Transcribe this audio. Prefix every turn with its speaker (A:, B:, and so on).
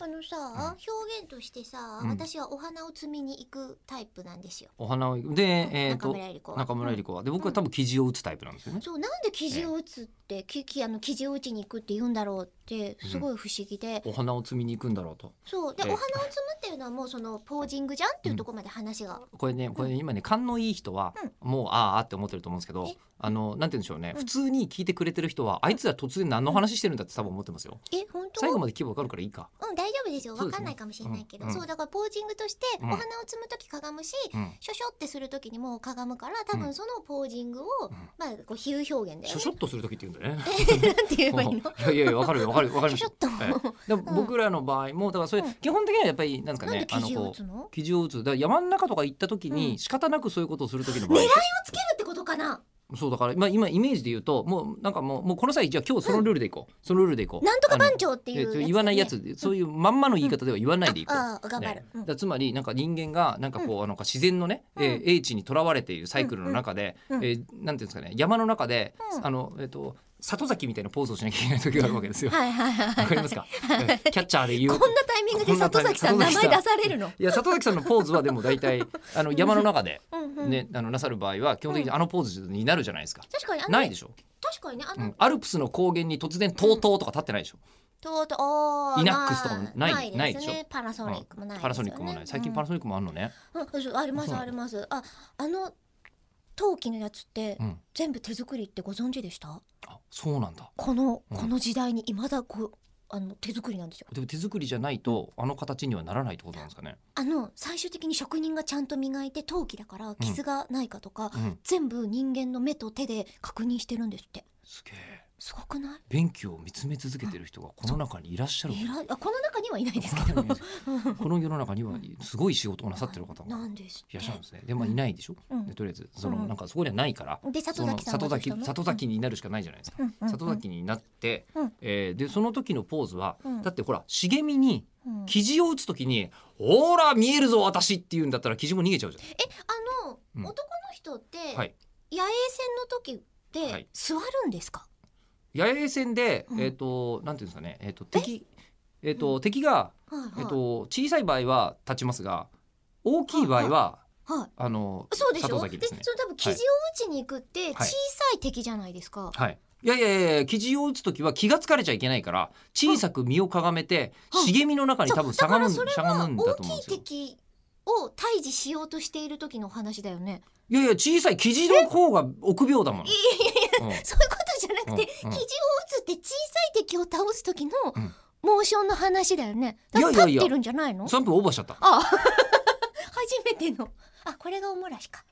A: あのさ、
B: ん
A: 表現としてさ、
B: うん
A: 私はお花を摘みに行くタイプなんですよ。
B: お花をで、えっ、
A: 中
B: と
A: 村えり子は
B: 中村えり子はで僕は多分生地を打つタイプなんですよね。
A: そうなんで生地を打つって、ききあの生地を打ちに行くって言うんだろうって
B: うん
A: すごい不思議で、
B: お花を摘みに行くんだろうと。
A: そうで、
B: ええ
A: お花を摘むっていうのはもうそのポージングじゃんっていうところまで話が、
B: これねこれ今ね勘のいい人は、もうあーあーって思ってると思うんですけど
A: え
B: あのなんて言うんでしょうね、
A: うん
B: 普通に聞いてくれてる人はあいつら突然何の話してるんだって多分思ってますよ。
A: え本当
B: 最後まで規模わかるからいいか。
A: うん大丈夫ですよ
B: そう
A: わ
B: ですね
A: かんないかもしれないけどそう,、
B: うん
A: だからポージングとしてお
B: うん
A: 花を摘む時かがむし、
B: うん
A: しょしょってする時にもうかがむから多
B: う
A: 分
B: ん
A: そのポージングを、
B: ん
A: まあこう比喩表現だ
B: し
A: よ
B: ょ
A: ね
B: しょっとする時って言うんだよね。
A: なんて言えばいいの
B: いやいやいやわかるよわかるよわかり
A: しょ
B: ます
A: しょ
B: よ
A: っ。と、
B: えでも
A: うん
B: 僕らの場合もだからそれ、
A: うん
B: 基本的にはやっぱりなんですか
A: なんで
B: ね
A: 生地を
B: こ
A: 打つ
B: う
A: の
B: 生地を打つだから山の中とか行った時
A: う
B: に
A: ん
B: 仕方なくそういうことをする時の場 合、
A: 狙いつけるってことかな
B: そうだから、まあ、今イメージで言うともうなんかもうもうこの際じゃあ今日そのルールでいこう、そのルールでいこう
A: なんとか番
B: っ
A: 長っていうやつだよね、
B: 言わないやつそういうまんまの言い方では言わないでいこう、
A: ああ頑張る、
B: ね
A: うん
B: だからつまりなんか人間がなんかこう、あの自然のね、えー英知にとらわれているサイクルの中で、
A: うんうん
B: えーなんていうんですかね山の中で、
A: うん
B: あのえっ、と里崎みたいなポーズをしなきゃいけない時があるわけですよ。わ、
A: はいはいはい
B: かりますか、えーキャッチャーで言う
A: こんなタイミングで里崎さん名前出されるの
B: いや里崎さんのポーズはでも大体あの山の中で、
A: うんうん
B: ねあのなさる場合は基本的にあのポーズになるじゃないですか。
A: 確かにあの
B: ないでしょ、
A: 確かにねあ
B: う
A: の、
B: ん、アルプスの高原に突然 TOTO とか立ってないでしょ、
A: とうとうおー
B: イナックスとかもない
A: まあ
B: ない
A: で
B: ですしょ
A: ねパナソニックもない、
B: パナソニックもない最近パナ
A: ソ
B: ソニックもあんのね、
A: ニック、うんそうありますありますああの陶器のやつって、
B: うん、
A: 全部手作りってご存知でした
B: あそうなんだ
A: この
B: うん
A: この時代にいまだこうあの手作りなんですよ
B: でも手作りじゃないとあの形にはならないってことなんですかね、
A: あの最終的に職人がちゃんと磨いて陶器だから傷がないかとか、
B: うん、
A: 全部人間の目と手で確認してるんですって
B: すげえ
A: すごくない
B: 勉強を見つめ続けてる人がこの中にいらっしゃる
A: えらいあこの中にはいないですけど
B: この中にこの世の中にはすごい仕事をなさってる方
A: な
B: が
A: んですって
B: いらっしゃるんですねでまあいないでしょ、
A: うん
B: でとりあえずそうの
A: ん
B: なんかそこにはないから、
A: で里崎さん
B: そ
A: は
B: の
A: どう
B: 里
A: した
B: 崎
A: の
B: 里崎になるしかないじゃないですか、
A: うんうんうん
B: 里崎になって、
A: うん
B: えーでその時のポーズは、
A: うん
B: だってほら茂みに
A: うん
B: 生地を打つ時に「ほら見えるぞ私」って言うんだったら生地も逃げちゃうじゃん。
A: えあの、
B: うん
A: 男の人って、
B: はい
A: 野営戦の時っ
B: は
A: て
B: い
A: 座るんですか、
B: 野営戦で、
A: うん
B: えっ、となんていうんですかね、えっ、と敵えっ、と、敵が
A: はいはい
B: えっ、と小さい場合は立ちますが、大きい場合は、
A: はい
B: あの
A: そうでし
B: 里
A: ょ
B: 崎
A: で
B: ですね。
A: その多分生地を打ちに行くって小さい敵じゃないですか、
B: はい。いやいやいやいや生地を打つ時は気がつかれちゃいけないから小さく身をかがめて
A: うん
B: 茂みの中に多分し
A: そ
B: ゃ
A: うだか
B: が
A: ら
B: む
A: それ
B: しゃが
A: は
B: むんだ
A: 大
B: と思うんで
A: きい
B: すよ。
A: 敵を退治しようとしている時のお話だよね。
B: いやいや小さい生地の方が臆病だもん。うん
A: そういうことじゃなくて、
B: うんうん
A: 生地を打つって小さい敵を倒す時の
B: うん
A: モーションの話だよね。だから
B: いやいやい
A: 立
B: や
A: ってるんじゃないの？
B: 3分オーバーしちゃった。
A: 初めての。あ、これがおもらしか。